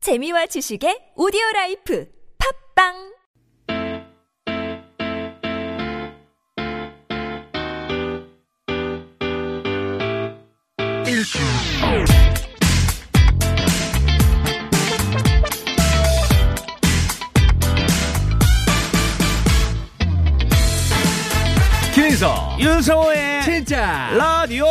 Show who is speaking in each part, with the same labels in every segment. Speaker 1: 재미와 지식의 오디오 라이프 팝빵
Speaker 2: 김인석
Speaker 3: 윤성호의
Speaker 2: 진짜
Speaker 3: 라디오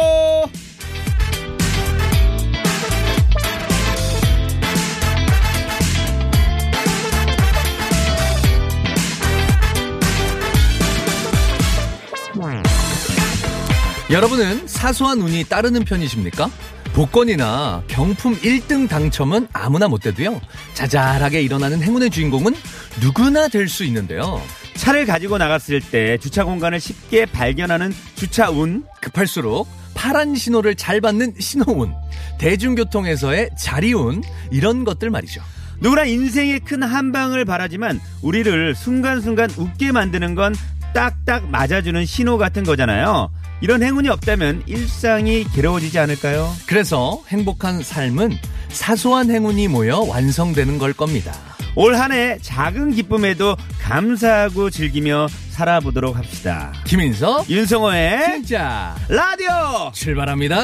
Speaker 2: 여러분은 사소한 운이 따르는 편이십니까? 복권이나 경품 1등 당첨은 아무나 못 돼도요. 자잘하게 일어나는 행운의 주인공은 누구나 될 수 있는데요.
Speaker 3: 차를 가지고 나갔을 때 주차 공간을 쉽게 발견하는 주차운
Speaker 2: 급할수록 파란 신호를 잘 받는 신호운, 대중교통에서의 자리운 이런 것들 말이죠.
Speaker 3: 누구나 인생의 큰 한방을 바라지만 우리를 순간순간 웃게 만드는 건 딱딱 맞아주는 신호 같은 거잖아요 이런 행운이 없다면 일상이 괴로워지지 않을까요?
Speaker 2: 그래서 행복한 삶은 사소한 행운이 모여 완성되는 걸 겁니다.
Speaker 3: 올 한 해 작은 기쁨에도 감사하고 즐기며 살아보도록 합시다
Speaker 2: 김인석
Speaker 3: 윤성호의
Speaker 2: 진짜
Speaker 3: 라디오
Speaker 2: 출발합니다.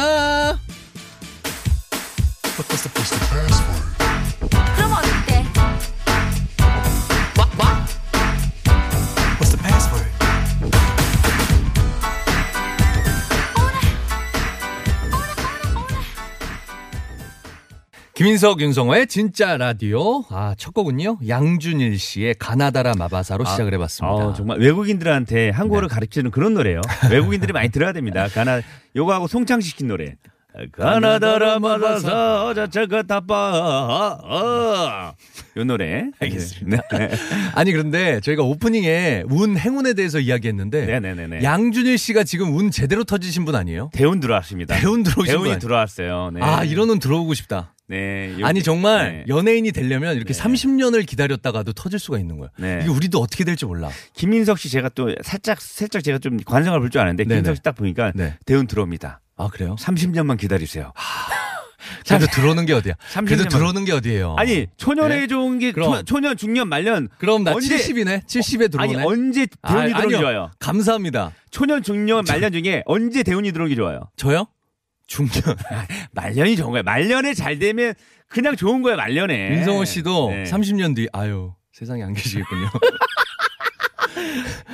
Speaker 1: 그럼 어때?
Speaker 2: 김인석 윤성호의 진짜 라디오 아 첫 곡은요 양준일 씨의 가나다라 마바사로
Speaker 3: 아,
Speaker 2: 시작을 해봤습니다. 네.
Speaker 3: 어, 정말 외국인들한테 한국어를 가르치는 그런 노래요. 외국인들이 많이 들어야 됩니다. 가나 요거하고 송창시킨 노래. 가나다라 말라사 자차가 타빠 요 노래 네. 알겠습니다.
Speaker 2: 아니 그런데 저희가 오프닝에 운 행운에 대해서 이야기했는데
Speaker 3: 네네네네.
Speaker 2: 양준일 씨가 지금 운 제대로 터지신 분 아니에요?
Speaker 3: 대운 들어왔습니다.
Speaker 2: 대운 들어오신 거
Speaker 3: 대운이
Speaker 2: 아니-
Speaker 3: 들어왔어요. 네.
Speaker 2: 아 이런 운 들어오고 싶다.
Speaker 3: 네. 요-
Speaker 2: 아니 정말
Speaker 3: 네.
Speaker 2: 연예인이 되려면 이렇게 30년을 기다렸다가도 터질 수가 있는 거예요.
Speaker 3: 네.
Speaker 2: 이게 우리도 어떻게 될지 몰라.
Speaker 3: 김민석 씨 제가 또 살짝 살짝 제가 좀 관성을 볼 줄 아는데
Speaker 2: 네네.
Speaker 3: 김민석 씨 딱 보니까
Speaker 2: 네.
Speaker 3: 대운 들어옵니다.
Speaker 2: 아 그래요?
Speaker 3: 30년만 기다리세요.
Speaker 2: 그래도 들어오는 게 어디야?
Speaker 3: 30
Speaker 2: 그래도
Speaker 3: 년만-
Speaker 2: 들어오는 게 어디예요?
Speaker 3: 아니 초년에
Speaker 2: 네.
Speaker 3: 좋은 게
Speaker 2: 그럼.
Speaker 3: 초- 초년 중년 말년
Speaker 2: 그럼 나
Speaker 3: 언제-
Speaker 2: 70이네. 70에 들어오네.
Speaker 3: 아니 언제 대운이
Speaker 2: 아,
Speaker 3: 들어오기
Speaker 2: 아니요.
Speaker 3: 좋아요?
Speaker 2: 감사합니다.
Speaker 3: 초년 중년 말년 중에 언제 대운이 들어오기 좋아요?
Speaker 2: 저요? 중년.
Speaker 3: 말년이 좋은 거야. 말년에 잘 되면 그냥 좋은 거야. 말년에.
Speaker 2: 윤성호 씨도
Speaker 3: 예. 네.
Speaker 2: 30년 뒤 아유 세상에 안 계시겠군요.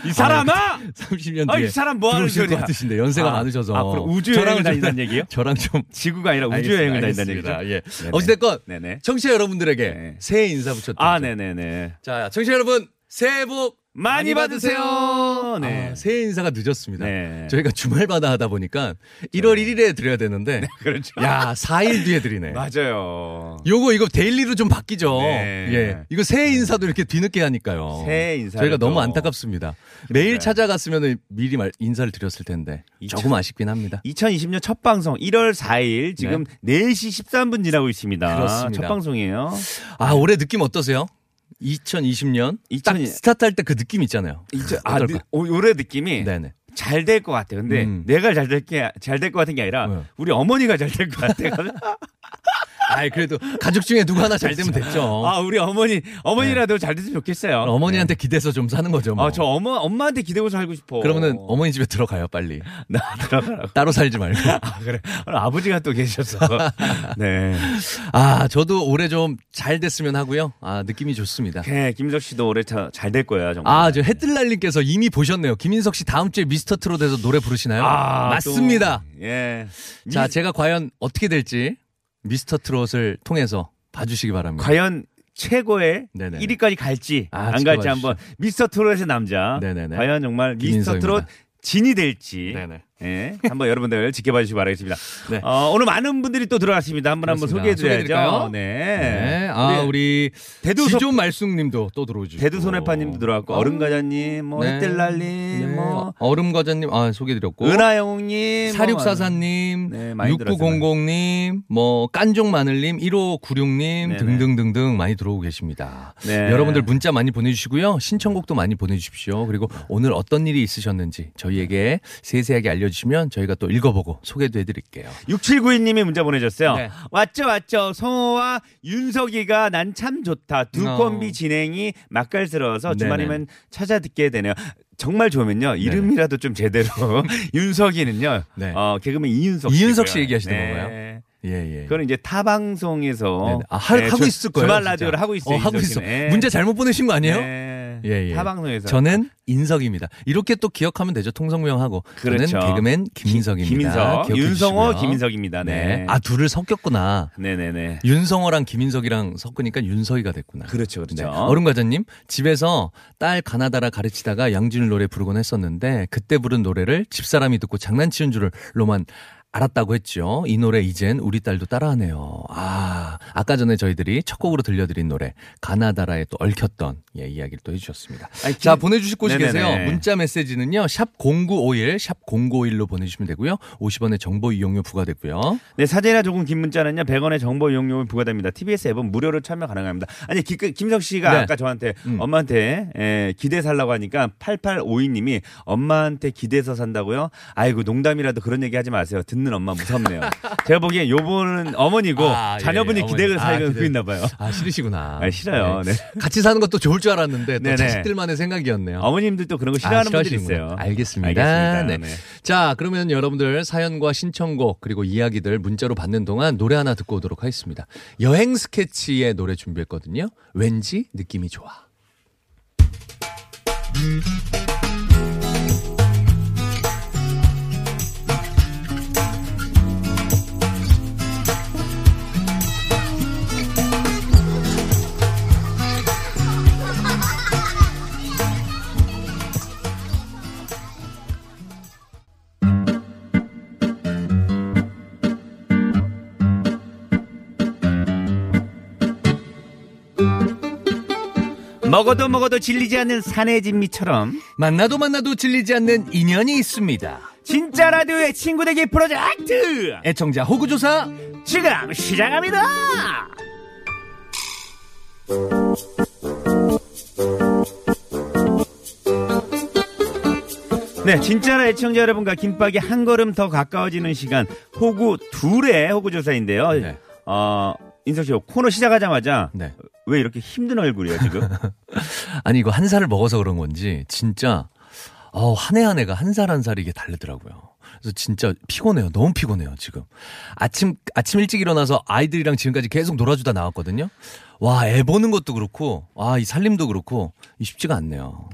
Speaker 3: 이 사람아!
Speaker 2: 30년
Speaker 3: 아,
Speaker 2: 뒤에
Speaker 3: 이 사람 뭐 하는
Speaker 2: 들어오실 것
Speaker 3: 소리야?
Speaker 2: 같으신데 연세가
Speaker 3: 아,
Speaker 2: 많으셔서
Speaker 3: 앞으로 우주 여행을
Speaker 2: 좀
Speaker 3: 다닌다는 얘기예요?
Speaker 2: 저랑 좀
Speaker 3: 지구가 아니라 우주
Speaker 2: 알겠습니다.
Speaker 3: 여행을 다닌다는 얘기죠.
Speaker 2: 알겠습니다. 예.
Speaker 3: 네네.
Speaker 2: 어찌됐건
Speaker 3: 네네.
Speaker 2: 청취자 여러분들에게
Speaker 3: 네.
Speaker 2: 새해 인사 붙였다.
Speaker 3: 아, 네네네.
Speaker 2: 자 청취자 여러분 새해 복
Speaker 3: 많이 받으세요. 네.
Speaker 2: 아, 새해 인사가 늦었습니다.
Speaker 3: 네.
Speaker 2: 저희가 주말마다 하다 보니까 1월 1일에 드려야 되는데
Speaker 3: 그렇죠.
Speaker 2: 야 4일 뒤에 드리네.
Speaker 3: 맞아요.
Speaker 2: 요거 이거 데일리로 좀 바뀌죠.
Speaker 3: 네.
Speaker 2: 예. 이거 새해 인사도 이렇게 뒤늦게 하니까요.
Speaker 3: 새해 인사를
Speaker 2: 저희가
Speaker 3: 또.
Speaker 2: 너무 안타깝습니다. 매일 찾아갔으면 미리 말, 인사를 드렸을 텐데
Speaker 3: 이천-
Speaker 2: 조금 아쉽긴 합니다.
Speaker 3: 2020년 첫 방송 1월 4일 지금 4시 13분 지나고 있습니다.
Speaker 2: 그렇습니다.
Speaker 3: 첫 방송이에요.
Speaker 2: 아 올해 느낌 어떠세요? 2020년 딱
Speaker 3: 2000
Speaker 2: 스타트 할 때 그 느낌 있잖아요.
Speaker 3: 아,
Speaker 2: 어떨까?
Speaker 3: 느- 예. 올- 올해 느낌이
Speaker 2: 네네.
Speaker 3: 잘 될 것 같아. 근데
Speaker 2: 음.
Speaker 3: 내가 잘 될 게 잘 될 것 같은 게 아니라
Speaker 2: 네.
Speaker 3: 우리 어머니가 잘 될 것 같아.
Speaker 2: 아 그래도 가족 중에 누구 하나 잘 되면 됐죠.
Speaker 3: 아 우리 어머니 어머니라도 잘 됐으면 좋겠어요.
Speaker 2: 어머니한테 기대서 좀 사는 거죠. 뭐.
Speaker 3: 아저 어머 엄마한테 기대고 살고 싶어.
Speaker 2: 그러면은 어머니 집에 들어가요 빨리.
Speaker 3: 나 들어가라고.
Speaker 2: 따로 살지 말고.
Speaker 3: 아 그래. 오늘 아버지가 또 계셔서. 네.
Speaker 2: 아 저도 올해 좀 잘 됐으면 하고요. 아 느낌이 좋습니다.
Speaker 3: 네 김석 씨도 올해 잘 될 거야 정말.
Speaker 2: 아, 저 해뜰날님께서 이미 보셨네요. 김인석 씨 다음 주에 미스터 트롯에서 노래 부르시나요?
Speaker 3: 아,
Speaker 2: 맞습니다.
Speaker 3: 또, 예.
Speaker 2: 자,
Speaker 3: 이-
Speaker 2: 제가 과연 어떻게 될지 미스터 트롯을 통해서 봐주시기 바랍니다.
Speaker 3: 과연 최고의
Speaker 2: 네네네.
Speaker 3: 1위까지 갈지
Speaker 2: 아,
Speaker 3: 안
Speaker 2: 지켜봐
Speaker 3: 갈지 한번 미스터 트롯의 남자.
Speaker 2: 네네네.
Speaker 3: 과연 정말 미스터
Speaker 2: 김인석입니다.
Speaker 3: 트롯 진이 될지.
Speaker 2: 네네.
Speaker 3: 예, 한번 여러분들 지켜봐 주시기 바라겠습니다.
Speaker 2: 네.
Speaker 3: 어, 오늘 많은 분들이 또 들어왔습니다. 한분 한번
Speaker 2: 그렇습니다.
Speaker 3: 소개해 드려야죠.
Speaker 2: 소개해드릴까요?
Speaker 3: 네.
Speaker 2: 네. 아,
Speaker 3: 우리
Speaker 2: 우리
Speaker 3: 대두
Speaker 2: 지존 말숙님도 또 들어오죠.
Speaker 3: 대두 손해파님도 들어왔고 어른가자님, 뭐
Speaker 2: 네.
Speaker 3: 햇델랄님, 뭐
Speaker 2: 얼음 과자님 아 소개드렸고
Speaker 3: 은하영웅님, 뭐,
Speaker 2: 사육사사님,
Speaker 3: 네, 많이
Speaker 2: 육구공공님, 뭐 깐종 마늘님, 1596님
Speaker 3: 네네.
Speaker 2: 등등등등 많이 들어오고 계십니다.
Speaker 3: 네.
Speaker 2: 여러분들 문자 많이 보내주시고요, 신청곡도 많이 보내주십시오. 그리고 오늘 어떤 일이 있으셨는지 저희에게 세세하게 알려주시면 저희가 또 읽어보고 소개도 해드릴게요.
Speaker 3: 6792님이 문자 보내셨어요.
Speaker 2: 네.
Speaker 3: 왔죠, 왔죠. 성호와 윤석이 목소리가 난 참 좋다. 두
Speaker 2: 어.
Speaker 3: 콤비 진행이 맛깔스러워서
Speaker 2: 네네.
Speaker 3: 주말이면 찾아 듣게 되네요. 정말 좋으면요 이름이라도 좀 제대로 윤석이는요.
Speaker 2: 네.
Speaker 3: 어 개그맨 이윤석
Speaker 2: 이윤석
Speaker 3: 씨고요.
Speaker 2: 씨 얘기하시는 건가요? 예, 예.
Speaker 3: 그거는 이제 타 방송에서
Speaker 2: 네네. 아, 하,
Speaker 3: 네,
Speaker 2: 하고
Speaker 3: 주-
Speaker 2: 있을 거예요.
Speaker 3: 주말
Speaker 2: 진짜.
Speaker 3: 라디오를 하고 있어요.
Speaker 2: 어, 하고
Speaker 3: 이윤석
Speaker 2: 있어.
Speaker 3: 씨는. 예.
Speaker 2: 문제 잘못 보내신 거 아니에요?
Speaker 3: 네.
Speaker 2: 예, 예.
Speaker 3: 타 방송에서
Speaker 2: 저는 인석입니다. 이렇게 또 기억하면 되죠. 통성명하고.
Speaker 3: 그렇죠.
Speaker 2: 저는 개그맨 김인석입니다.
Speaker 3: 김인석,
Speaker 2: 기억해
Speaker 3: 윤성호,
Speaker 2: 주시고요.
Speaker 3: 김인석입니다. 네.
Speaker 2: 네. 아, 둘을 섞였구나.
Speaker 3: 네네네.
Speaker 2: 윤성호랑 김인석이랑 섞으니까 윤석이가 됐구나.
Speaker 3: 그렇죠,
Speaker 2: 네,
Speaker 3: 그렇죠.
Speaker 2: 어른과자님, 집에서 딸 가나다라 가르치다가 양준일 노래 부르곤 했었는데, 그때 부른 노래를 집사람이 듣고 장난치는 줄로만 알았다고 했죠. 이 노래 이젠 우리 딸도 따라하네요. 아, 아까 전에 저희들이 첫 곡으로 들려드린 노래, 가나다라에 또 얽혔던 예, 이야기를 또 해주셨습니다.
Speaker 3: 아니, 김-
Speaker 2: 자, 보내주실 곳이
Speaker 3: 네네네.
Speaker 2: 계세요. 문자 메시지는요, 샵0951, 샵0951로 보내주시면 되고요. 50원의 정보 이용료 부과되고요.
Speaker 3: 네, 사진이나 조금 긴 문자는요. 100원의 정보 이용료를 부과됩니다. TBS 앱은 무료로 참여 가능합니다. 아니, 기, 그 김석 씨가
Speaker 2: 네.
Speaker 3: 아까 저한테
Speaker 2: 음.
Speaker 3: 엄마한테 에, 기대 살라고 하니까 8852님이 엄마한테 기대서 산다고요? 아이고 농담이라도 그런 얘기 하지 마세요. 듣는 엄마 무섭네요. 제가 보기엔 요분은 어머니고
Speaker 2: 아, 예,
Speaker 3: 자녀분이
Speaker 2: 어머니.
Speaker 3: 기대를
Speaker 2: 아,
Speaker 3: 살고
Speaker 2: 기대.
Speaker 3: 있나 봐요.
Speaker 2: 아 싫으시구나.
Speaker 3: 아, 싫어요. 네.
Speaker 2: 같이 사는 것도 좋을 줄 알았는데 또
Speaker 3: 네네.
Speaker 2: 자식들만의 생각이었네요.
Speaker 3: 어머님들도 그런 거 싫어하는 분들이
Speaker 2: 싫어하시는구나.
Speaker 3: 있어요.
Speaker 2: 알겠습니다. 네. 자 그러면 여러분들 사연과 신청곡 그리고 이야기들 문자로 받는 동안 노래 하나 듣고 오도록 하겠습니다. 여행 스케치의 노래 준비했거든요. 왠지 느낌이 좋아.
Speaker 3: 먹어도 먹어도 질리지 않는 산의 진미처럼
Speaker 2: 만나도 만나도 질리지 않는 인연이 있습니다.
Speaker 3: 진짜 라디오의 친구 되기 프로젝트
Speaker 2: 애청자 호구조사
Speaker 3: 지금 시작합니다. 네, 진짜라 애청자 여러분과 김밥이 한 걸음 더 가까워지는 시간 호구 둘의 호구 조사인데요.
Speaker 2: 네.
Speaker 3: 어, 인석 씨 코너 시작하자마자
Speaker 2: 네.
Speaker 3: 왜 이렇게 힘든 얼굴이에요 지금?
Speaker 2: 아니 이거 한 살을 먹어서 그런 건지 진짜 어, 한 해 한 해가 한 살 한 살이 이게 다르더라고요. 그래서 진짜 피곤해요. 너무 피곤해요, 지금. 아침, 아침 일찍 일어나서 아이들이랑 지금까지 계속 놀아주다 나왔거든요. 와, 애 보는 것도 그렇고, 아, 이 살림도 그렇고, 이 쉽지가 않네요.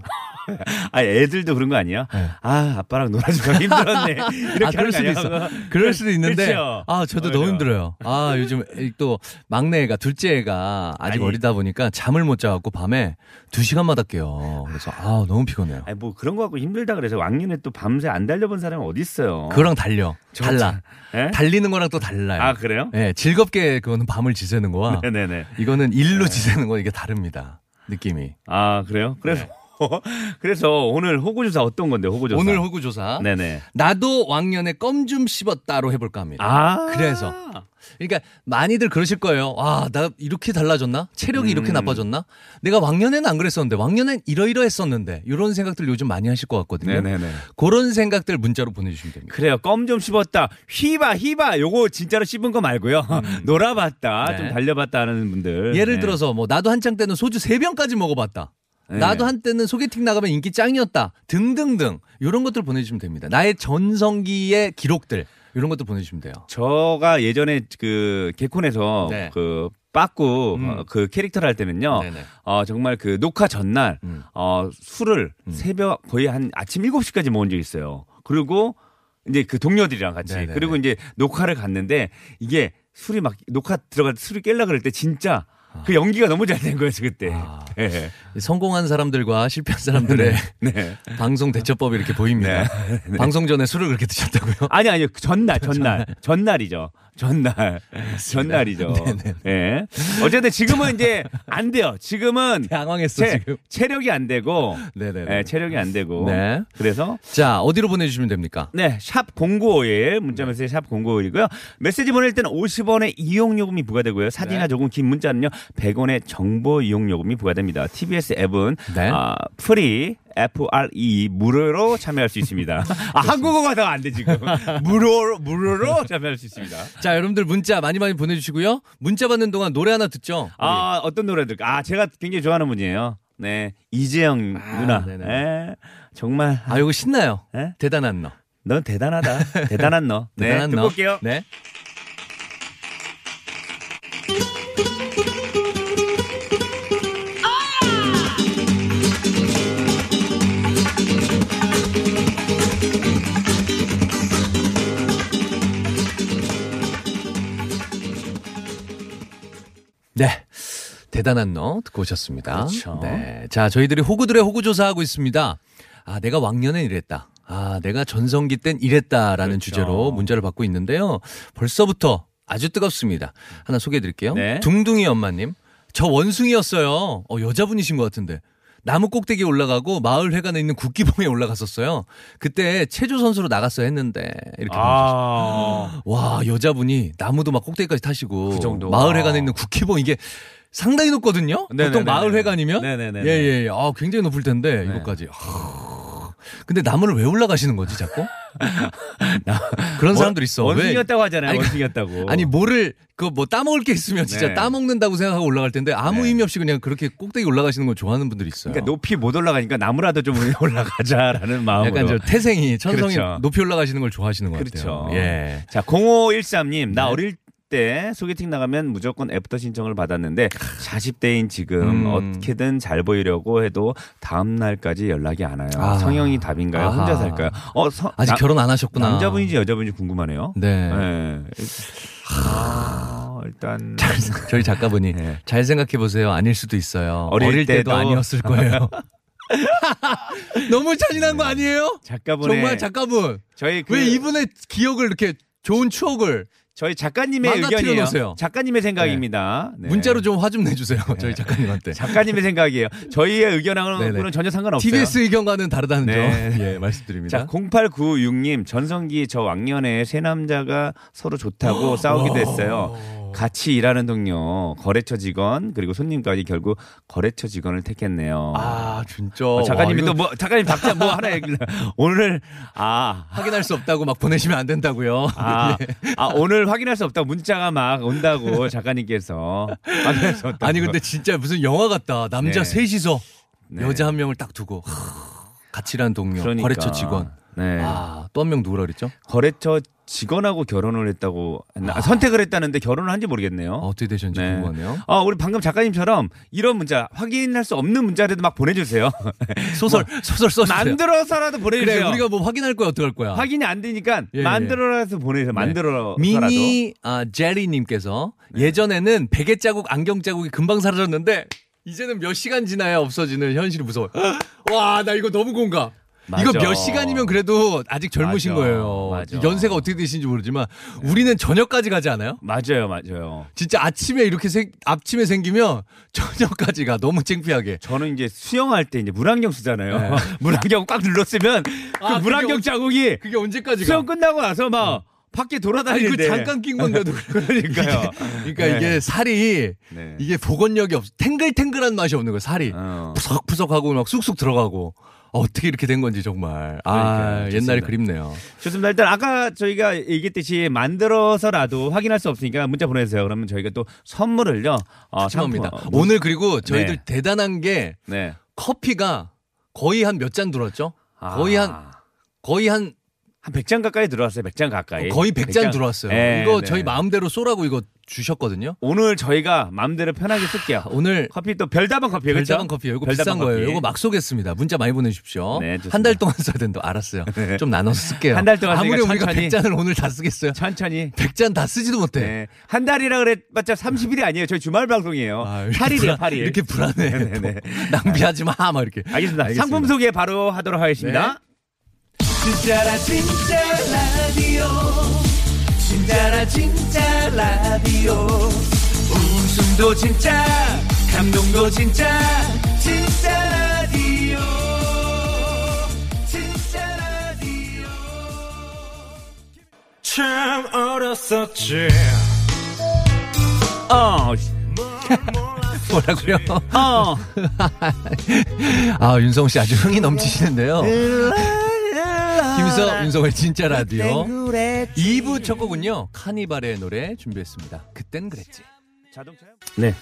Speaker 3: 아 애들도 그런 거 아니야? 아 아빠랑 놀아주기 힘들었네. 이렇게
Speaker 2: 네. 아, 그럴
Speaker 3: 하는 거
Speaker 2: 수도
Speaker 3: 아니야?
Speaker 2: 있어. 그럴 수도 있는데.
Speaker 3: 그렇죠?
Speaker 2: 아, 저도 너무
Speaker 3: 오히려.
Speaker 2: 힘들어요. 아, 요즘 이또 막내 애가, 둘째 애가 아직
Speaker 3: 아니.
Speaker 2: 어리다 보니까 잠을 못 자갖고 밤에 두 시간마다 깨요. 그래서 아, 너무 피곤해요.
Speaker 3: 아니 뭐 그런 거 갖고 힘들다 그래서 왕년에 또 밤새 안 달려본 사람이 어디 있어요?
Speaker 2: 그거랑 달려.
Speaker 3: 저-
Speaker 2: 달라.
Speaker 3: 예?
Speaker 2: 달리는 거랑 또 달라요.
Speaker 3: 아 그래요?
Speaker 2: 예, 즐겁게 그거는 밤을 지새는 거와
Speaker 3: 네네네.
Speaker 2: 이거는 일로 지새는 거 이게 다릅니다. 느낌이.
Speaker 3: 아 그래요? 그래서 그래서 오늘 호구조사 어떤 건데 호구조사?
Speaker 2: 네. 오늘 호구 조사.
Speaker 3: 네네.
Speaker 2: 나도 왕년에 껌 좀 씹었다로 해볼까 합니다.
Speaker 3: 아
Speaker 2: 그래서. 그러니까 많이들 그러실 거예요. 아, 나 이렇게 달라졌나? 체력이
Speaker 3: 음.
Speaker 2: 이렇게 나빠졌나? 내가 왕년에는 안 그랬었는데 왕년엔 이러이러했었는데 이런 생각들 요즘 많이 하실 것 같거든요.
Speaker 3: 네네네.
Speaker 2: 그런 생각들 문자로 보내주시면 됩니다.
Speaker 3: 그래요. 껌 좀 씹었다. 휘바 휘바. 요거 진짜로 씹은 거 말고요. 놀아봤다.
Speaker 2: 네.
Speaker 3: 좀 달려봤다 하는 분들.
Speaker 2: 예를
Speaker 3: 네.
Speaker 2: 들어서 뭐 나도 한창 때는 소주 3병까지 먹어봤다.
Speaker 3: 네.
Speaker 2: 나도 한때는 소개팅 나가면 인기 짱이었다. 등등등. 이런 것들 보내주시면 됩니다. 나의 전성기의 기록들. 이런 것도 보내주시면 돼요.
Speaker 3: 저가 예전에 그 개콘에서
Speaker 2: 네.
Speaker 3: 그 빠꾸
Speaker 2: 음.
Speaker 3: 어, 그 캐릭터를 할 때는요.
Speaker 2: 네네.
Speaker 3: 어, 정말 그 녹화 전날
Speaker 2: 음.
Speaker 3: 어, 술을 새벽 거의 한 아침 7시까지 모은 적이 있어요. 그리고 이제 그 동료들이랑 같이
Speaker 2: 네네네.
Speaker 3: 그리고 이제 녹화를 갔는데 이게 술이 막 녹화 들어갈 때 술이 깰라 그럴 때 진짜 그 연기가 너무 잘 된 거였어 그때.
Speaker 2: 아.
Speaker 3: 예.
Speaker 2: 성공한 사람들과 실패한 사람들의
Speaker 3: 네.
Speaker 2: 방송 대처법이 이렇게 보입니다. 방송 전에 술을 그렇게 드셨다고요?
Speaker 3: 아니 아니요 그 전날
Speaker 2: 그렇죠.
Speaker 3: 전날 전날이죠 전날 전날이죠.
Speaker 2: 네네.
Speaker 3: 예. 어쨌든 지금은 이제 안 돼요. 지금은
Speaker 2: 네, 당황했어,
Speaker 3: 체,
Speaker 2: 지금.
Speaker 3: 체력이 안 되고
Speaker 2: 네네네.
Speaker 3: 예, 체력이 안 되고
Speaker 2: 네.
Speaker 3: 그래서
Speaker 2: 자, 어디로 보내주시면 됩니까?
Speaker 3: 네, 샵 0951, 문자 메시지 샵 0951이고요. 메시지 보낼 때는 50원의 이용요금이 부과되고요. 사진이나
Speaker 2: 네.
Speaker 3: 조금 긴 문자는요, 100원의 정보 이용 요금이 부과됩니다. TBS 앱은
Speaker 2: 네.
Speaker 3: 아, 프리 FRE 무료로 참여할 수 있습니다. 아, 한국어가 더 안 돼 지금. 무료로 무료로 참여할 수 있습니다.
Speaker 2: 자, 여러분들 문자 많이 많이 보내주시고요. 문자 받는 동안 노래 하나 듣죠.
Speaker 3: 아, 어떤 노래 들까? 아, 제가 굉장히 좋아하는 분이에요. 네. 이재영
Speaker 2: 아,
Speaker 3: 누나.
Speaker 2: 네네.
Speaker 3: 예. 정말
Speaker 2: 아, 요거 신나요.
Speaker 3: 예?
Speaker 2: 대단한 너.
Speaker 3: 넌 대단하다. 대단한 너. 네,
Speaker 2: 대단한
Speaker 3: 듣고
Speaker 2: 너.
Speaker 3: 올게요.
Speaker 2: 네. 네. 대단한 너 듣고 오셨습니다.
Speaker 3: 그렇죠.
Speaker 2: 네. 자, 저희들이 호구들의 호구 조사하고 있습니다. 아, 내가 왕년엔 이랬다. 아, 내가 전성기 땐 이랬다라는
Speaker 3: 그렇죠.
Speaker 2: 주제로 문자를 받고 있는데요. 벌써부터 아주 뜨겁습니다. 하나 소개해 드릴게요.
Speaker 3: 네.
Speaker 2: 둥둥이 엄마님. 저 원숭이였어요. 어, 여자분이신 것 같은데. 나무 꼭대기 올라가고 마을 회관에 있는 국기봉에 올라갔었어요. 그때 체조 선수로 나갔어 했는데 이렇게 보내주셨어요.
Speaker 3: 아.
Speaker 2: 와 여자분이 나무도 막 꼭대기까지 타시고
Speaker 3: 그 정도.
Speaker 2: 마을회관에
Speaker 3: 아.
Speaker 2: 있는 국기봉 이게 상당히 높거든요.
Speaker 3: 네네네네.
Speaker 2: 보통 마을회관이면
Speaker 3: 네네네네. 네.
Speaker 2: 예예 아 굉장히 높을 텐데 이거까지. 하... 근데 나무를 왜 올라가시는 거지 자꾸? 그런 사람들 있어. 왜-
Speaker 3: 원숭이였다고 하잖아요.
Speaker 2: 아니,
Speaker 3: 원숭이였다고.
Speaker 2: 아니 뭐를 그 뭐 따먹을 게 있으면 진짜
Speaker 3: 네.
Speaker 2: 따먹는다고 생각하고 올라갈 텐데 아무
Speaker 3: 네.
Speaker 2: 의미 없이 그냥 그렇게 꼭대기 올라가시는 걸 좋아하는 분들이 있어요.
Speaker 3: 그러니까 높이 못 올라가니까 나무라도 좀 위에 올라가자라는 마음으로.
Speaker 2: 약간 저 태생이 천성이
Speaker 3: 그렇죠.
Speaker 2: 높이 올라가시는 걸 좋아하시는 것
Speaker 3: 그렇죠.
Speaker 2: 같아요. 예.
Speaker 3: 자, 0513님, 나
Speaker 2: 네.
Speaker 3: 어릴 때 소개팅 나가면 무조건 애프터 신청을 받았는데 40대인 지금
Speaker 2: 음.
Speaker 3: 어떻게든 잘 보이려고 해도 다음 날까지 연락이 안 와요.
Speaker 2: 아.
Speaker 3: 성형이 답인가요? 혼자
Speaker 2: 아하.
Speaker 3: 살까요? 어, 성-
Speaker 2: 아직
Speaker 3: 나-
Speaker 2: 결혼 안 하셨구나.
Speaker 3: 남자분인지 여자분인지 궁금하네요.
Speaker 2: 네.
Speaker 3: 네. 아, 일단
Speaker 2: 저희 작가분이
Speaker 3: 네.
Speaker 2: 잘 생각해 보세요. 아닐 수도 있어요.
Speaker 3: 어릴
Speaker 2: 어릴, 때도
Speaker 3: 때도.
Speaker 2: 아니었을 거예요. 너무 잔인한 거 아니에요?
Speaker 3: 작가분의
Speaker 2: 정말 작가분
Speaker 3: 저희 네. 그-
Speaker 2: 왜 이분의 기억을 이렇게 좋은 추억을
Speaker 3: 저희 작가님의
Speaker 2: 망가뜨려
Speaker 3: 의견이에요.
Speaker 2: 놓으세요.
Speaker 3: 작가님의 생각입니다. 네.
Speaker 2: 문자로 좀 화 좀 내주세요. 저희 작가님한테.
Speaker 3: 작가님의 생각이에요. 저희의 의견하고는
Speaker 2: 네네.
Speaker 3: 전혀 상관없어요.
Speaker 2: TBS 의견과는 다르다는
Speaker 3: 네.
Speaker 2: 점 예, 말씀드립니다.
Speaker 3: 자, 0896님, 전성기 저 왕년에 세 남자가 서로 좋다고 싸우기도 했어요. 같이 일하는 동료, 거래처 직원, 그리고 손님까지 결국 거래처 직원을 택했네요.
Speaker 2: 아 진짜
Speaker 3: 어, 작가님이
Speaker 2: 와,
Speaker 3: 또
Speaker 2: 이거
Speaker 3: 뭐, 작가님 박자 뭐 하나 얘기를. 오늘, 아.
Speaker 2: 확인할 수 없다고 막 보내시면 안 된다고요.
Speaker 3: 아,
Speaker 2: 네.
Speaker 3: 아, 오늘 확인할 수 없다. 문자가 막 온다고 작가님께서. 확인할 수 없다고.
Speaker 2: 아니 근데 진짜 무슨 영화 같다. 남자
Speaker 3: 네.
Speaker 2: 셋이서
Speaker 3: 네.
Speaker 2: 여자 한 명을 딱 두고 하, 같이 일하는 동료,
Speaker 3: 그러니까.
Speaker 2: 거래처 직원.
Speaker 3: 네.
Speaker 2: 아, 또 한 명 누구라 그랬죠?
Speaker 3: 거래처 직원하고 결혼을 했다고 했나? 아, 선택을 했다는데 결혼을 한지 모르겠네요.
Speaker 2: 어, 어떻게 되셨는지
Speaker 3: 네.
Speaker 2: 궁금하네요.
Speaker 3: 아, 우리 방금 작가님처럼 이런 문자 확인할 수 없는 문자라도 막 보내주세요.
Speaker 2: 소설 뭐, 소설 써주세요.
Speaker 3: 만들어서라도 보내주세요.
Speaker 2: 그래, 우리가 뭐 확인할 거야, 어떡할 거야?
Speaker 3: 확인이 안 되니까
Speaker 2: 예, 예.
Speaker 3: 만들어라서 보내주세요. 만들어서라도. 네.
Speaker 2: 미니 아, 제리님께서 예전에는 베개 자국, 안경 자국이 금방 사라졌는데 이제는 몇 시간 지나야 없어지는 현실이 무서워. 요 와, 나 이거 너무 공감.
Speaker 3: 맞아.
Speaker 2: 이거 몇 시간이면 그래도 아직 젊으신
Speaker 3: 맞아.
Speaker 2: 거예요.
Speaker 3: 맞아. 네.
Speaker 2: 연세가 어떻게 되시는지 모르지만 우리는 저녁까지 가지 않아요?
Speaker 3: 맞아요, 맞아요.
Speaker 2: 진짜 아침에 이렇게 생, 아침에 생기면 저녁까지가 너무 창피하게.
Speaker 3: 저는 이제 수영할 때 이제 물안경 쓰잖아요. 물안경 꽉 눌렀으면 그
Speaker 2: 네. 아, 그게
Speaker 3: 물안경
Speaker 2: 어째-
Speaker 3: 자국이
Speaker 2: 그게 언제까지가?
Speaker 3: 수영 끝나고 나서 막 밖에
Speaker 2: 아니 그
Speaker 3: 돌아다니는데
Speaker 2: 잠깐 낀 건데도
Speaker 3: 그러니까요.
Speaker 2: 그러니까
Speaker 3: 네.
Speaker 2: 이게 살이
Speaker 3: 네.
Speaker 2: 이게 보건력이 없어 탱글탱글한 맛이 없는 거예요 살이
Speaker 3: 어.
Speaker 2: 푸석푸석하고 막 쑥쑥 들어가고 아, 어떻게 이렇게 된 건지 정말 아
Speaker 3: 그러니까요.
Speaker 2: 옛날이
Speaker 3: 좋습니다.
Speaker 2: 그립네요
Speaker 3: 좋습니다. 일단 아까 저희가 얘기했듯이 만들어서라도 확인할 수 없으니까 문자 보내주세요. 그러면 저희가 또 선물을요. 어,
Speaker 2: 죄송합니다
Speaker 3: 상품, 어, 문-
Speaker 2: 오늘 그리고 저희들
Speaker 3: 네.
Speaker 2: 대단한 게
Speaker 3: 네.
Speaker 2: 커피가 거의 한 몇 잔 들어왔죠 거의 한
Speaker 3: 아,
Speaker 2: 거의 한
Speaker 3: 한 100잔 가까이 들어왔어요. 100잔 가까이.
Speaker 2: 거의 100잔
Speaker 3: 백잔-
Speaker 2: 들어왔어요
Speaker 3: 네,
Speaker 2: 이거
Speaker 3: 네.
Speaker 2: 저희 마음대로 쏘라고 이거 주셨거든요
Speaker 3: 오늘 저희가 마음대로 편하게 쓸게요.
Speaker 2: 오늘
Speaker 3: 커피 또 별다방 커피 그렇죠?
Speaker 2: 별다방 커피요. 이거 비싼
Speaker 3: 별다방
Speaker 2: 거예요.
Speaker 3: 커피.
Speaker 2: 이거 막 쏘겠습니다. 문자 많이 보내주십시오.
Speaker 3: 네, 좋습니다.
Speaker 2: 한 달 동안 써야 된다. 알았어요.
Speaker 3: 네.
Speaker 2: 좀 나눠서 쓸게요.
Speaker 3: 한달 동안
Speaker 2: 아무리
Speaker 3: 쓰니까
Speaker 2: 우리가
Speaker 3: 천천히.
Speaker 2: 100잔을 오늘 다 쓰겠어요.
Speaker 3: 천천히.
Speaker 2: 100잔 다 쓰지도 못해.
Speaker 3: 네. 한 달이라 그랬봤자 30일이 아니에요. 저희 주말 방송이에요.
Speaker 2: 아, 이렇게
Speaker 3: 8일이에요,
Speaker 2: 불안-
Speaker 3: 8일.
Speaker 2: 이렇게 불안해.
Speaker 3: 네, 네,
Speaker 2: 또 낭비하지 마. 막 이렇게.
Speaker 3: 알겠습니다. 상품 소개 바로 하도록 하겠습니다.
Speaker 2: 네. 진짜라 진짜 라디오. 진짜라 진짜 라디오. 웃음도 진짜. 감동도 진짜. 진짜 라디오. 진짜 라디오.
Speaker 4: 참 어렸었지
Speaker 3: 어,
Speaker 2: 뭐라고요?
Speaker 3: 어. 네.
Speaker 2: 아, 윤성호 씨 아주 흥이 넘치시는데요. 김서
Speaker 3: 김서
Speaker 2: 윤성호의 진짜 라디오 2부 첫 곡은요. 카니발의 노래 준비했습니다. 그땐 그랬지.
Speaker 3: 자동차. 네.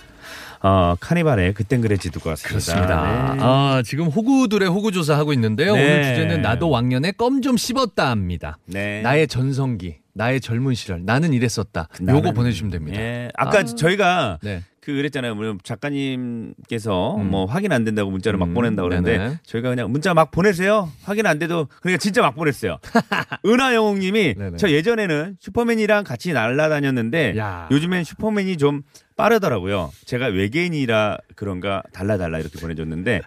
Speaker 3: 어, 카니발의 그땐 그랬지 듣고 왔습니다.
Speaker 2: 그렇습니다.
Speaker 3: 네.
Speaker 2: 아, 지금 호구들의 호구 조사하고 있는데요.
Speaker 3: 네.
Speaker 2: 오늘 주제는 나도 왕년에 껌 좀 씹었다입니다.
Speaker 3: 네.
Speaker 2: 나의 전성기, 나의 젊은 시절, 나는 이랬었다.
Speaker 3: 나는-
Speaker 2: 요거 보내주시면 됩니다.
Speaker 3: 예. 아까 저희가
Speaker 2: 네.
Speaker 3: 그 그랬잖아요. 물론 작가님께서
Speaker 2: 음.
Speaker 3: 뭐 확인 안 된다고 문자를 막
Speaker 2: 음,
Speaker 3: 보낸다고 그러는데
Speaker 2: 네네.
Speaker 3: 저희가 그냥 문자 막 보내세요. 확인 안 돼도 그러니까 진짜 막 보냈어요. 은하 영웅 님이
Speaker 2: 네네.
Speaker 3: 저 예전에는 슈퍼맨이랑 같이 날아다녔는데
Speaker 2: 야.
Speaker 3: 요즘엔 슈퍼맨이 좀 빠르더라고요. 제가 외계인이라 그런가 달라 달라 이렇게 보내줬는데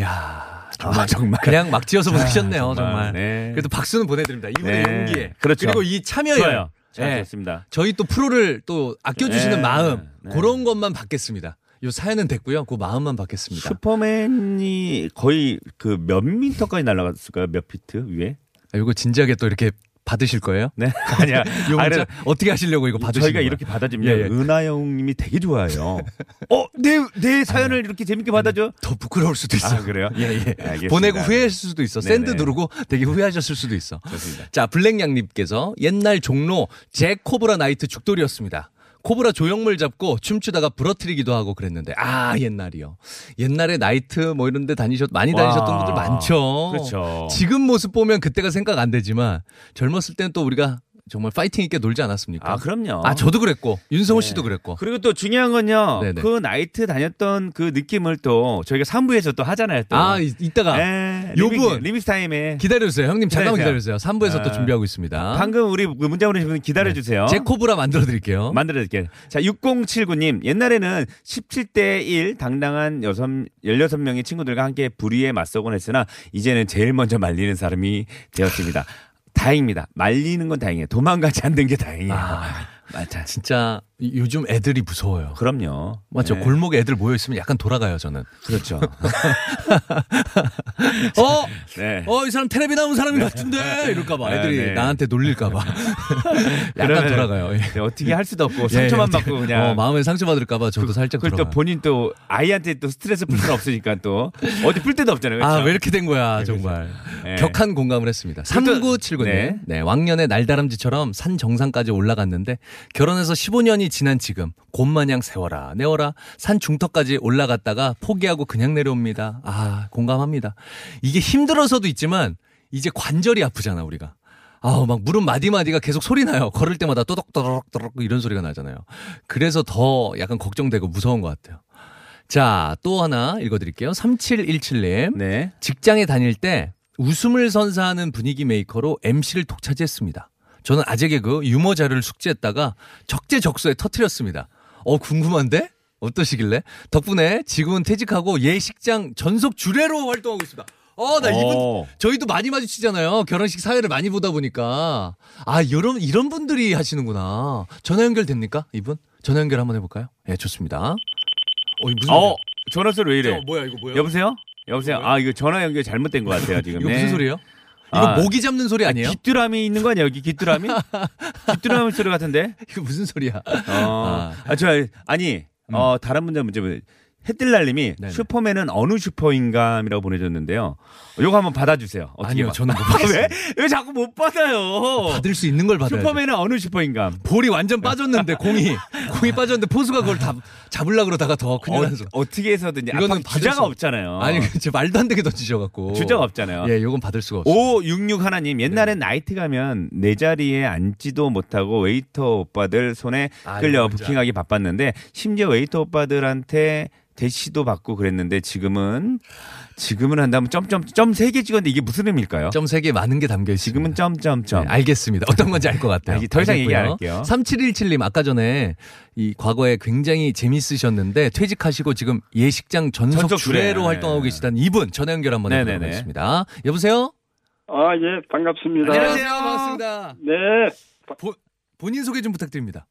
Speaker 2: 야
Speaker 3: 아, 정말
Speaker 2: 그냥 막 지어서 보내셨네요,
Speaker 3: 아,
Speaker 2: 정말.
Speaker 3: 네.
Speaker 2: 그래도 박수는 보내드립니다. 이분의
Speaker 3: 네.
Speaker 2: 용기에.
Speaker 3: 그렇죠.
Speaker 2: 리고이 참여에.
Speaker 3: 좋아요. 잘
Speaker 2: 네.
Speaker 3: 좋습니다.
Speaker 2: 저희 또 프로를 또 아껴주시는
Speaker 3: 네.
Speaker 2: 마음.
Speaker 3: 네.
Speaker 2: 그런 것만 받겠습니다. 요 사연은 됐고요. 그 마음만 받겠습니다.
Speaker 3: 슈퍼맨이 거의 그 몇 미터까지 날아갔을까요? 몇 피트 위에?
Speaker 2: 아, 이거 진지하게 또 이렇게 받으실 거예요?
Speaker 3: 네 아니야.
Speaker 2: 요
Speaker 3: 아,
Speaker 2: 문자
Speaker 3: 그래서
Speaker 2: 어떻게 하시려고 이거 받으시는
Speaker 3: 저희가
Speaker 2: 거예요?
Speaker 3: 이렇게 받아주면
Speaker 2: 예, 예.
Speaker 3: 은하영님이 되게 좋아해요. 어내내 사연을 이렇게 재밌게 받아줘.
Speaker 2: 더 부끄러울 수도 있어.
Speaker 3: 아, 그래요?
Speaker 2: 네. 예, 예.
Speaker 3: 알겠습니다.
Speaker 2: 보내고 후회했을 수도 있어.
Speaker 3: 네네.
Speaker 2: 샌드 누르고 되게 후회하셨을 수도 있어.
Speaker 3: 좋습니다.
Speaker 2: 자, 블랙양님께서 옛날 종로 제 코브라 나이트 죽돌이었습니다. 코브라 조형물 잡고 춤추다가 부러뜨리기도 하고 그랬는데 아 옛날이요 옛날에 나이트 뭐 이런데 다니셨 많이
Speaker 3: 와.
Speaker 2: 다니셨던 분들 많죠
Speaker 3: 그렇죠.
Speaker 2: 지금 모습 보면 그때가 생각 안 되지만 젊었을 때는 또 우리가 정말 파이팅 있게 놀지 않았습니까
Speaker 3: 아 그럼요. 네. 그렇죠.
Speaker 2: 아, 저도 그랬고 윤성호 씨도 그랬고
Speaker 3: 그리고 또 중요한 건요.
Speaker 2: 네네.
Speaker 3: 그 나이트 다녔던 그 느낌을 또 저희가 3부에서 또 하잖아요. 또.
Speaker 2: 아 이- 이따가
Speaker 3: 예,
Speaker 2: 요
Speaker 3: 리믹-
Speaker 2: 분.
Speaker 3: 리믹스 타임에
Speaker 2: 네. 기다려주세요 형님 잠깐만
Speaker 3: 기다려주세요.
Speaker 2: 기다려주세요 3부에서
Speaker 3: 네, 아.
Speaker 2: 또 준비하고 있습니다
Speaker 3: 방금 우리 그 문자 보내신 분 기다려 주세요.
Speaker 2: 네. 제 코브라 만들어 드릴게요.
Speaker 3: 만들어 드릴게요. 자, 6079님. 옛날에는 17대 1 당당한 여섯 16명의 친구들과 함께 불의에 맞서곤 했으나 이제는 제일 먼저 말리는 사람이 되었습니다. 다행입니다. 말리는 건 다행이에요. 도망가지 않는 게 다행이에요.
Speaker 2: 아.
Speaker 3: 맞아.
Speaker 2: 진짜 이- 요즘 애들이 무서워요.
Speaker 3: 그럼요.
Speaker 2: 맞죠?
Speaker 3: 네.
Speaker 2: 골목에 애들 모여 있으면 약간 돌아가요, 저는.
Speaker 3: 그렇죠.
Speaker 2: 어,
Speaker 3: 네.
Speaker 2: 어, 이 사람 테레비 나온 사람인 것 같은데 이럴까봐 애들이
Speaker 3: 아, 네.
Speaker 2: 나한테 놀릴까봐 약간
Speaker 3: 그러면은
Speaker 2: 돌아가요. 예.
Speaker 3: 네, 어떻게 할 수도 없고 상처만
Speaker 2: 예,
Speaker 3: 받고 그냥
Speaker 2: 어, 마음에 상처 받을까봐 저도 살짝
Speaker 3: 그걸
Speaker 2: 돌아가.
Speaker 3: 또 본인 또 아이한테 또 스트레스 풀 수는 없으니까 또 어디 풀 데도 없잖아요. 그렇죠?
Speaker 2: 아, 왜 이렇게 된 거야, 정말.
Speaker 3: 예.
Speaker 2: 격한 공감을 했습니다. 3979님.
Speaker 3: 네.
Speaker 2: 네. 왕년에 날다람쥐처럼 산 정상까지 올라갔는데 결혼해서 15년이 지난 지금 곰마냥 세워라, 내워라, 산 중턱까지 올라갔다가 포기하고 그냥 내려옵니다. 아, 공감합니다. 이게 힘들어서도 있지만 이제 관절이 아프잖아, 우리가. 아우, 막 무릎 마디마디가 계속 소리 나요. 걸을 때마다 또덕또덕또덕 이런 소리가 나잖아요. 그래서 더 약간 걱정되고 무서운 것 같아요. 자, 또 하나 읽어드릴게요. 3717님.
Speaker 3: 네.
Speaker 2: 직장에 다닐 때 웃음을 선사하는 분위기 메이커로 MC를 독차지했습니다. 저는 아재 개그 유머 자료를 숙지했다가 적재적소에 터트렸습니다. 어 궁금한데 어떠시길래 덕분에 지금은 퇴직하고 예식장 전속 주례로 활동하고 있습니다. 어 나
Speaker 3: 오.
Speaker 2: 이분 저희도 많이 마주치잖아요. 결혼식 사회를 많이 보다 보니까 아 이런 이런 분들이 하시는구나. 전화 연결 됩니까 이분? 전화 연결 한번 해볼까요? 예 좋습니다. 어이 무슨
Speaker 3: 어, 전화 소리 왜 이래?
Speaker 2: 소리야? 어, 뭐야 이거 뭐야?
Speaker 3: 여보세요? 여보세요? 아, 이거 전화 연결 잘못된 것 같아요, 지금.
Speaker 2: 네. 이거
Speaker 3: 네.
Speaker 2: 무슨 소리예요? 이거
Speaker 3: 아.
Speaker 2: 모기 잡는 소리 아니에요?
Speaker 3: 귀뚜라미 있는 거 아니야, 여기 귀뚜라미? 귀뚜라미 소리 같은데?
Speaker 2: 이거 무슨 소리야?
Speaker 3: 어. 아, 저, 아니, 어, 다른 문제, 문제, 문제. 햇들날님이
Speaker 2: 음. 네네.
Speaker 3: 슈퍼맨은 어느 슈퍼인감이라고 보내줬는데요. 요거 한번 받아주세요. 어떻게
Speaker 2: 아니요,
Speaker 3: 봐-
Speaker 2: 저는 못
Speaker 3: 아,
Speaker 2: 받겠어요.
Speaker 3: 왜? 왜 자꾸 못 받아요?
Speaker 2: 받을 수 있는 걸 받아야 돼.
Speaker 3: 슈퍼맨은 어느 슈퍼인감?
Speaker 2: 어. 볼이 완전 빠졌는데 공이 공이 빠졌는데 포수가 그걸 다 잡으려 그러다가 더 큰일 났어.
Speaker 3: 어, 떻게 해서든지.
Speaker 2: 이거는
Speaker 3: 아빠
Speaker 2: 받을
Speaker 3: 주자가
Speaker 2: 수-
Speaker 3: 없잖아요.
Speaker 2: 아니 저 말도 안 되게 던지셔 갖고.
Speaker 3: 주자가 없잖아요.
Speaker 2: 예, 요건 받을 수가 없어.
Speaker 3: 566
Speaker 2: 네.
Speaker 3: 하나님 옛날엔 나이트 가면 내 자리에 앉지도 못하고 웨이터 오빠들 손에
Speaker 2: 아,
Speaker 3: 끌려
Speaker 2: 이거 뭔지
Speaker 3: 부킹하기 바빴는데 심지어 웨이터 오빠들한테 대시도 받고 그랬는데 지금은 지금은 한다면 점점 점 세 개 찍었는데 이게 무슨 의미일까요?
Speaker 2: 점세개 많은 게 담겨 있습니다.
Speaker 3: 지금은 점점점.
Speaker 2: 네, 알겠습니다. 어떤 건지 알 것 같아요.
Speaker 3: 알겠- 더 이상 얘기 안
Speaker 2: 알겠고요.
Speaker 3: 할게요.
Speaker 2: 3717님 아까 전에 이 과거에 굉장히 재밌으셨는데 퇴직하시고 지금 예식장 전속,
Speaker 3: 전속 주례. 네.
Speaker 2: 주례로 활동하고 계시다는 이분 전화 연결 한번
Speaker 3: 네네네.
Speaker 2: 해보겠습니다. 여보세요?
Speaker 4: 아, 예, 반갑습니다.
Speaker 3: 안녕하세요.
Speaker 2: 반갑습니다.
Speaker 4: 네.
Speaker 2: 보- 본인 소개 좀 부탁드립니다.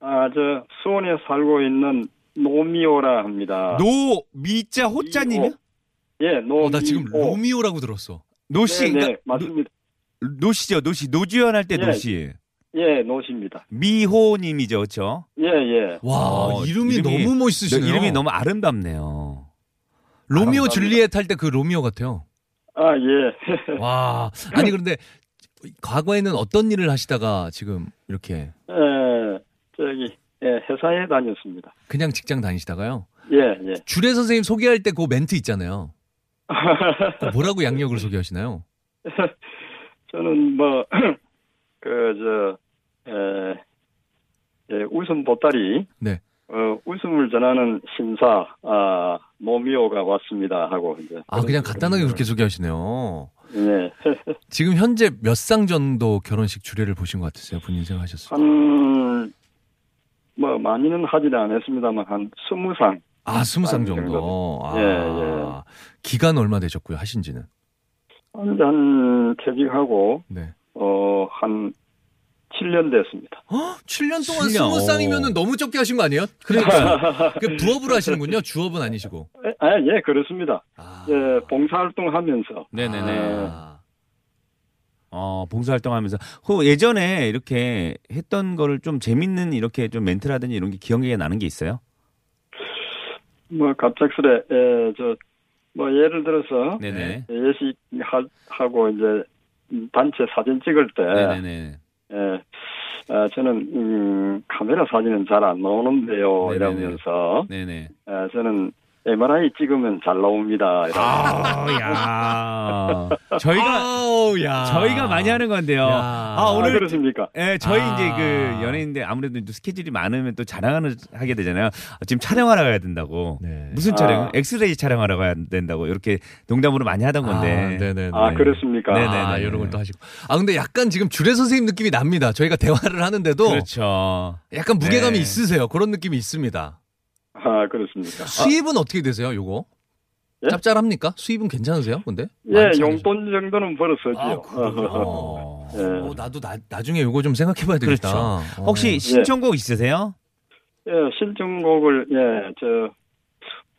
Speaker 4: 아, 저, 수원에 살고 있는 노미오라
Speaker 2: 아.
Speaker 4: 합니다.
Speaker 3: 노 미자 호자님이요?
Speaker 4: 미오. 예, 노미오.
Speaker 2: 어, 나 지금 로미오라고 들었어.
Speaker 3: 노씨
Speaker 4: 네, 네,
Speaker 3: 그러니까
Speaker 4: 맞습니다.
Speaker 3: 노, 노씨죠 노씨 노주현 할 때
Speaker 4: 예.
Speaker 3: 노씨.
Speaker 4: 예, 노시입니다.
Speaker 3: 미호님이죠, 그렇죠?
Speaker 4: 예, 예.
Speaker 2: 와,
Speaker 3: 어,
Speaker 2: 아, 이름이, 너무 멋있으시네요.
Speaker 3: 이름이 너무 아름답네요.
Speaker 2: 로미오
Speaker 4: 아름답니다.
Speaker 2: 줄리엣 할 때 그 로미오 같아요.
Speaker 4: 아, 예.
Speaker 2: 네. 와, 아니 그런데 과거에는 어떤 일을 하시다가 지금 이렇게
Speaker 4: 예, 저기 예, 회사에 다녔습니다.
Speaker 2: 그냥 직장 다니시다가요?
Speaker 4: 예, 예.
Speaker 2: 주례 선생님 소개할 때 그 멘트 있잖아요. 그거 뭐라고 양력을 소개하시나요?
Speaker 4: 저는 뭐, 뭐그저 예, 예, 웃음 보따리
Speaker 2: 네.
Speaker 4: 어, 웃음을 전하는 심사 아, 노미오가 왔습니다 하고 이제
Speaker 2: 아, 그냥 간단하게 그렇게 소개하시네요.
Speaker 4: 예.
Speaker 2: 지금 현재 몇 상 정도 결혼식 주례를 보신 것 같으세요? 본인 생각하셨어요?
Speaker 4: 한, 뭐, 많이는 하지는 않았습니다만, 한 스무 상.
Speaker 2: 아, 스무 상
Speaker 4: 한
Speaker 2: 정도. 아,
Speaker 4: 예, 예.
Speaker 2: 기간 얼마 되셨고요? 하신지는?
Speaker 4: 한, 한 퇴직하고,
Speaker 2: 네.
Speaker 4: 어, 한 7년 됐습니다.
Speaker 2: 어? 7년 동안
Speaker 3: 7년.
Speaker 2: 스무 쌍이면은 너무 적게 하신 거 아니에요? 그러니까 그 부업으로 하시는군요. 주업은 아니시고.
Speaker 4: 에, 아, 예, 그렇습니다.
Speaker 2: 아.
Speaker 4: 예, 봉사활동 하면서.
Speaker 3: 네네네.
Speaker 2: 아.
Speaker 3: 어, 봉사활동하면서 그 예전에 이렇게 했던 거를 좀 재밌는 이렇게 좀 멘트라든지 이런 게 기억에 나는 게 있어요?
Speaker 4: 뭐, 갑작스레, 예, 저, 뭐, 예를 들어서,
Speaker 3: 네네.
Speaker 4: 예식하고, 이제, 단체 사진 찍을 때,
Speaker 3: 네네네.
Speaker 4: 예, 아, 저는, 음, 카메라 사진은 잘 안 나오는데요.
Speaker 3: 네네네.
Speaker 4: 이러면서,
Speaker 3: 네네.
Speaker 4: 아, 저는 MRI 찍으면 잘 나옵니다. 이러면서.
Speaker 3: 아, 아야. 저희가
Speaker 2: 아우, 야.
Speaker 3: 저희가 많이 하는 건데요.
Speaker 2: 야.
Speaker 3: 아
Speaker 4: 아,
Speaker 3: 오늘
Speaker 4: 그렇습니까?
Speaker 3: 예, 저희
Speaker 2: 아.
Speaker 3: 이제 그 연예인인데 아무래도 또 스케줄이 많으면 또 자랑을 하게 되잖아요. 아, 지금 촬영하러 가야 된다고.
Speaker 2: 네.
Speaker 3: 무슨
Speaker 4: 아.
Speaker 3: 촬영? 엑스레이 촬영하러 가야 된다고 이렇게 농담으로 많이 하던 건데.
Speaker 2: 아, 네네네.
Speaker 4: 아, 그렇습니까?
Speaker 3: 네네.
Speaker 2: 아, 이런 걸 또 하시고. 아, 근데 약간 지금 주례 선생님 느낌이 납니다. 저희가 대화를 하는데도
Speaker 3: 그렇죠.
Speaker 2: 약간 무게감이
Speaker 3: 네.
Speaker 2: 있으세요. 그런 느낌이 있습니다.
Speaker 4: 아, 그렇습니까?
Speaker 2: 수입은 어떻게 되세요, 요거?
Speaker 4: 예?
Speaker 2: 짭짤합니까? 수입은 괜찮으세요, 근데?
Speaker 4: 예,
Speaker 2: 많지 않으세요?
Speaker 4: 용돈 정도는
Speaker 3: 아,
Speaker 4: 벌었었지요.
Speaker 2: 어,
Speaker 4: 예.
Speaker 2: 어, 나도 나, 나중에 요거 좀 생각해 봐야 되겠다.
Speaker 3: 그렇죠.
Speaker 2: 어.
Speaker 3: 혹시 신청곡 있으세요?
Speaker 4: 예, 신청곡을 예, 저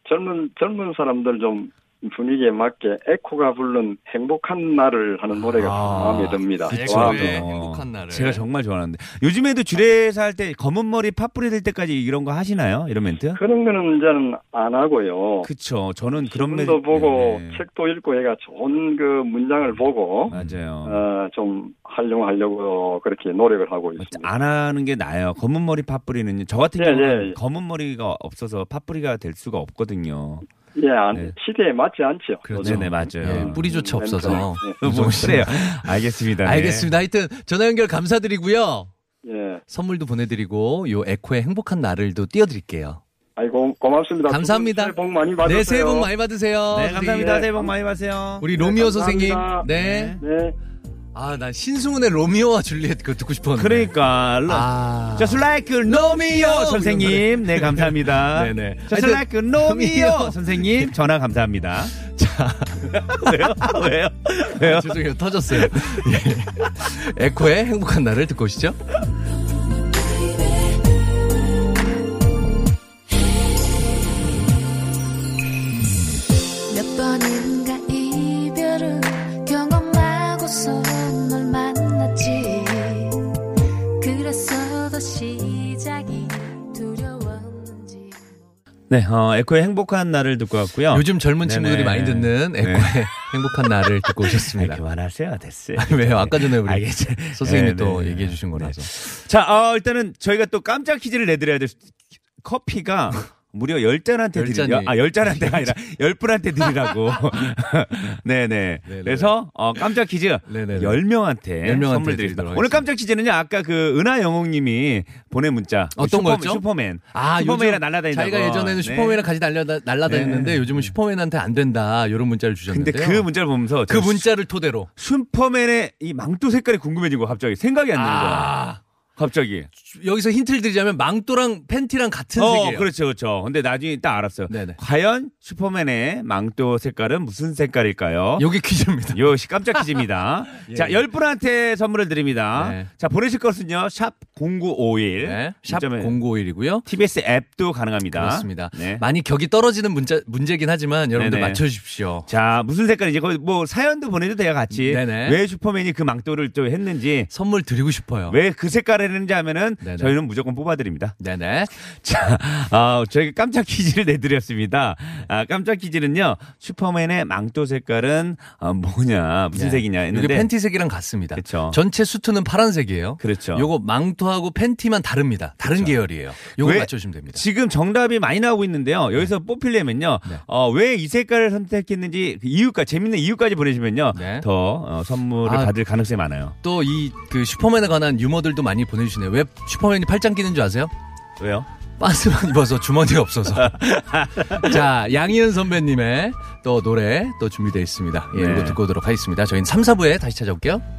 Speaker 4: 젊은 젊은 사람들 좀 분위기에 맞게 에코가 부른 행복한 날을 하는 노래가
Speaker 2: 아,
Speaker 4: 마음에 듭니다.
Speaker 2: 에코의
Speaker 4: 와, 어.
Speaker 2: 행복한 날을.
Speaker 3: 제가 정말 좋아하는데 요즘에도 주례사 할 때 검은 머리 파뿌리 될 때까지 이런 거 하시나요? 이런 멘트?
Speaker 4: 그런 거는 이제는 안 하고요.
Speaker 3: 그쵸. 저는 그런
Speaker 4: 신문도 보고
Speaker 3: 네.
Speaker 4: 책도 읽고 해가 좋은 그 문장을 보고
Speaker 3: 맞아요.
Speaker 4: 어, 좀 활용하려고 그렇게 노력을 하고 있습니다.
Speaker 3: 안 하는 게 나아요. 검은 머리 파뿌리는 저 같은
Speaker 4: 예,
Speaker 3: 경우는
Speaker 4: 예, 예.
Speaker 3: 검은 머리가 없어서 파뿌리가 될 수가 없거든요.
Speaker 4: 예, 안,
Speaker 3: 네.
Speaker 4: 시대에 맞지 않죠.
Speaker 2: 그렇죠.
Speaker 3: 네네, 맞아요.
Speaker 2: 예, 뿌리조차
Speaker 4: 음,
Speaker 2: 없어서.
Speaker 4: 네.
Speaker 2: 윤정훈 씨.
Speaker 3: 뭐래요? 알겠습니다. 네.
Speaker 2: 알겠습니다. 하여튼 전화 연결 감사드리고요.
Speaker 4: 예.
Speaker 2: 선물도 보내드리고 요 에코의 행복한 날을도 띄워드릴게요.
Speaker 4: 아이고 고맙습니다.
Speaker 2: 감사합니다.
Speaker 4: 두 분 새해 복 많이 받으세요.
Speaker 2: 네, 새해 복 많이 받으세요.
Speaker 3: 네,
Speaker 2: 우리-
Speaker 3: 감사합니다.
Speaker 4: 네.
Speaker 3: 새해 복 많이 받으세요.
Speaker 2: 우리 로미오
Speaker 4: 네,
Speaker 2: 선생님.
Speaker 4: 감사합니다.
Speaker 2: 네.
Speaker 4: 네.
Speaker 2: 아, 난 신승훈의 로미오와 줄리엣 그거 듣고 싶었는데.
Speaker 3: 그러니까 로-
Speaker 2: 아.
Speaker 3: 저슬라이크
Speaker 2: 이런
Speaker 3: 노미오
Speaker 2: 노래.
Speaker 3: 선생님, 네 감사합니다.
Speaker 2: 네네.
Speaker 3: 저슬라이크
Speaker 2: 하여튼, 노미오.
Speaker 3: 노미오 선생님 전화 감사합니다.
Speaker 2: 자,
Speaker 3: 왜요? 왜요? 왜요?
Speaker 2: 죄송해요. 터졌어요. 예. 에코의 행복한 날을 듣고 오시죠.
Speaker 5: 몇 번인가 이별을 경험하고서 널 만났지 그래서 더 시작이 두려웠는지
Speaker 3: 네, 어, 에코의 행복한 날을 듣고 왔고요.
Speaker 2: 요즘 젊은
Speaker 3: 어. 네네.
Speaker 2: 친구들이 많이 듣는
Speaker 3: 네.
Speaker 2: 에코의 행복한 날을 듣고
Speaker 3: 아이,
Speaker 2: 오셨습니다.
Speaker 3: 그만하세요, 됐어요.
Speaker 2: 아니, 왜요? 아까 전에 우리
Speaker 3: 알겠어요.
Speaker 2: 선생님이
Speaker 3: 네,
Speaker 2: 또
Speaker 3: 네.
Speaker 2: 얘기해 주신 거라서.
Speaker 3: 자, 어, 일단은 저희가 또 깜짝 퀴즈를 내드려야 될 수- 커피가 무려 10잔한테
Speaker 2: 열 잔이-
Speaker 3: 드리려 아, 10잔한테가 아니라 10분한테 드리라고. 네, 네.
Speaker 2: 네네.
Speaker 3: 그래서 어, 깜짝 퀴즈
Speaker 2: 네네네.
Speaker 3: 10명한테,
Speaker 2: 열 명한테
Speaker 3: 선물
Speaker 2: 드리도록
Speaker 3: 드리겠습니다.
Speaker 2: 하겠습니다.
Speaker 3: 오늘 깜짝 퀴즈는요. 아까 그 은하 영웅 님이 보낸 문자. 그
Speaker 2: 어떤
Speaker 3: 슈퍼,
Speaker 2: 거였죠?
Speaker 3: 슈퍼맨.
Speaker 2: 아,
Speaker 3: 슈퍼맨이랑
Speaker 2: 요즘
Speaker 3: 날라다닌다고.
Speaker 2: 자기가 예전에는 슈퍼맨이랑 같이 날려 날라다녔는데
Speaker 3: 네.
Speaker 2: 요즘은 슈퍼맨한테 안 된다 이런 문자를
Speaker 3: 근데
Speaker 2: 주셨는데요.
Speaker 3: 그 문자를 보면서
Speaker 2: 그 문자를 토대로
Speaker 3: 슈퍼맨의 이 망토 색깔이 궁금해진 거 갑자기 생각이 안 나는 거야.
Speaker 2: 아,
Speaker 3: 갑자기.
Speaker 2: 여기서 힌트를 드리자면 망토랑 팬티랑 같은
Speaker 3: 어,
Speaker 2: 색이에요.
Speaker 3: 그렇죠, 그렇죠. 근데 나중에 딱 알았어요.
Speaker 2: 네네.
Speaker 3: 과연 슈퍼맨의 망토 색깔은 무슨 색깔일까요?
Speaker 2: 요게 퀴즈입니다.
Speaker 3: 요시 깜짝 퀴즈입니다.
Speaker 2: 예.
Speaker 3: 자, 열 분한테 선물을 드립니다.
Speaker 2: 네.
Speaker 3: 자, 보내실 것은요. 샵 0951.
Speaker 2: 네, 샵
Speaker 3: 예? 문자면
Speaker 2: 0951이고요.
Speaker 3: TBS 앱도 가능합니다.
Speaker 2: 그렇습니다.
Speaker 3: 네.
Speaker 2: 많이 격이 떨어지는 문제, 문제긴 하지만 여러분들
Speaker 3: 네네.
Speaker 2: 맞춰주십시오.
Speaker 3: 자, 무슨 색깔인지 거의 뭐 사연도 보내도 돼요, 같이.
Speaker 2: 네네.
Speaker 3: 왜 슈퍼맨이 그 망토를 또 했는지,
Speaker 2: 선물 드리고 싶어요.
Speaker 3: 왜 그 색깔을 했는지 하면은
Speaker 2: 네네.
Speaker 3: 저희는 무조건 뽑아드립니다.
Speaker 2: 네네.
Speaker 3: 자, 아, 저희 깜짝 퀴즈를 내드렸습니다. 아, 깜짝 퀴즈는요, 슈퍼맨의 망토 색깔은 아, 뭐냐, 무슨
Speaker 2: 네.
Speaker 3: 색이냐
Speaker 2: 이게
Speaker 3: 했는데.
Speaker 2: 팬티색이랑 같습니다.
Speaker 3: 그쵸.
Speaker 2: 전체 수트는 파란색이에요.
Speaker 3: 그렇죠.
Speaker 2: 요거 망토하고 팬티만 다릅니다. 다른 계열이에요. 요거
Speaker 3: 왜-
Speaker 2: 맞춰주시면 됩니다.
Speaker 3: 지금 정답이 많이 나오고 있는데요. 여기서 뽑히려면요.
Speaker 2: 네.
Speaker 3: 어, 왜 이 색깔을 선택했는지 그 이유까지 재밌는 이유까지 보내주면요.
Speaker 2: 네.
Speaker 3: 더 어, 선물을
Speaker 2: 아.
Speaker 3: 받을 가능성이 많아요.
Speaker 2: 또 이 그 슈퍼맨에 관한 유머들도 많이 보내주시네요. 왜 슈퍼맨이 팔짱 끼는 줄 아세요?
Speaker 3: 왜요?
Speaker 2: 빤스만 입어서 주머니가 없어서. 자, 양희은 선배님의 또 노래 또 준비되어 있습니다. 예,
Speaker 3: 네.
Speaker 2: 이거 듣고 오도록 하겠습니다. 저희는 3, 4부에 다시 찾아올게요.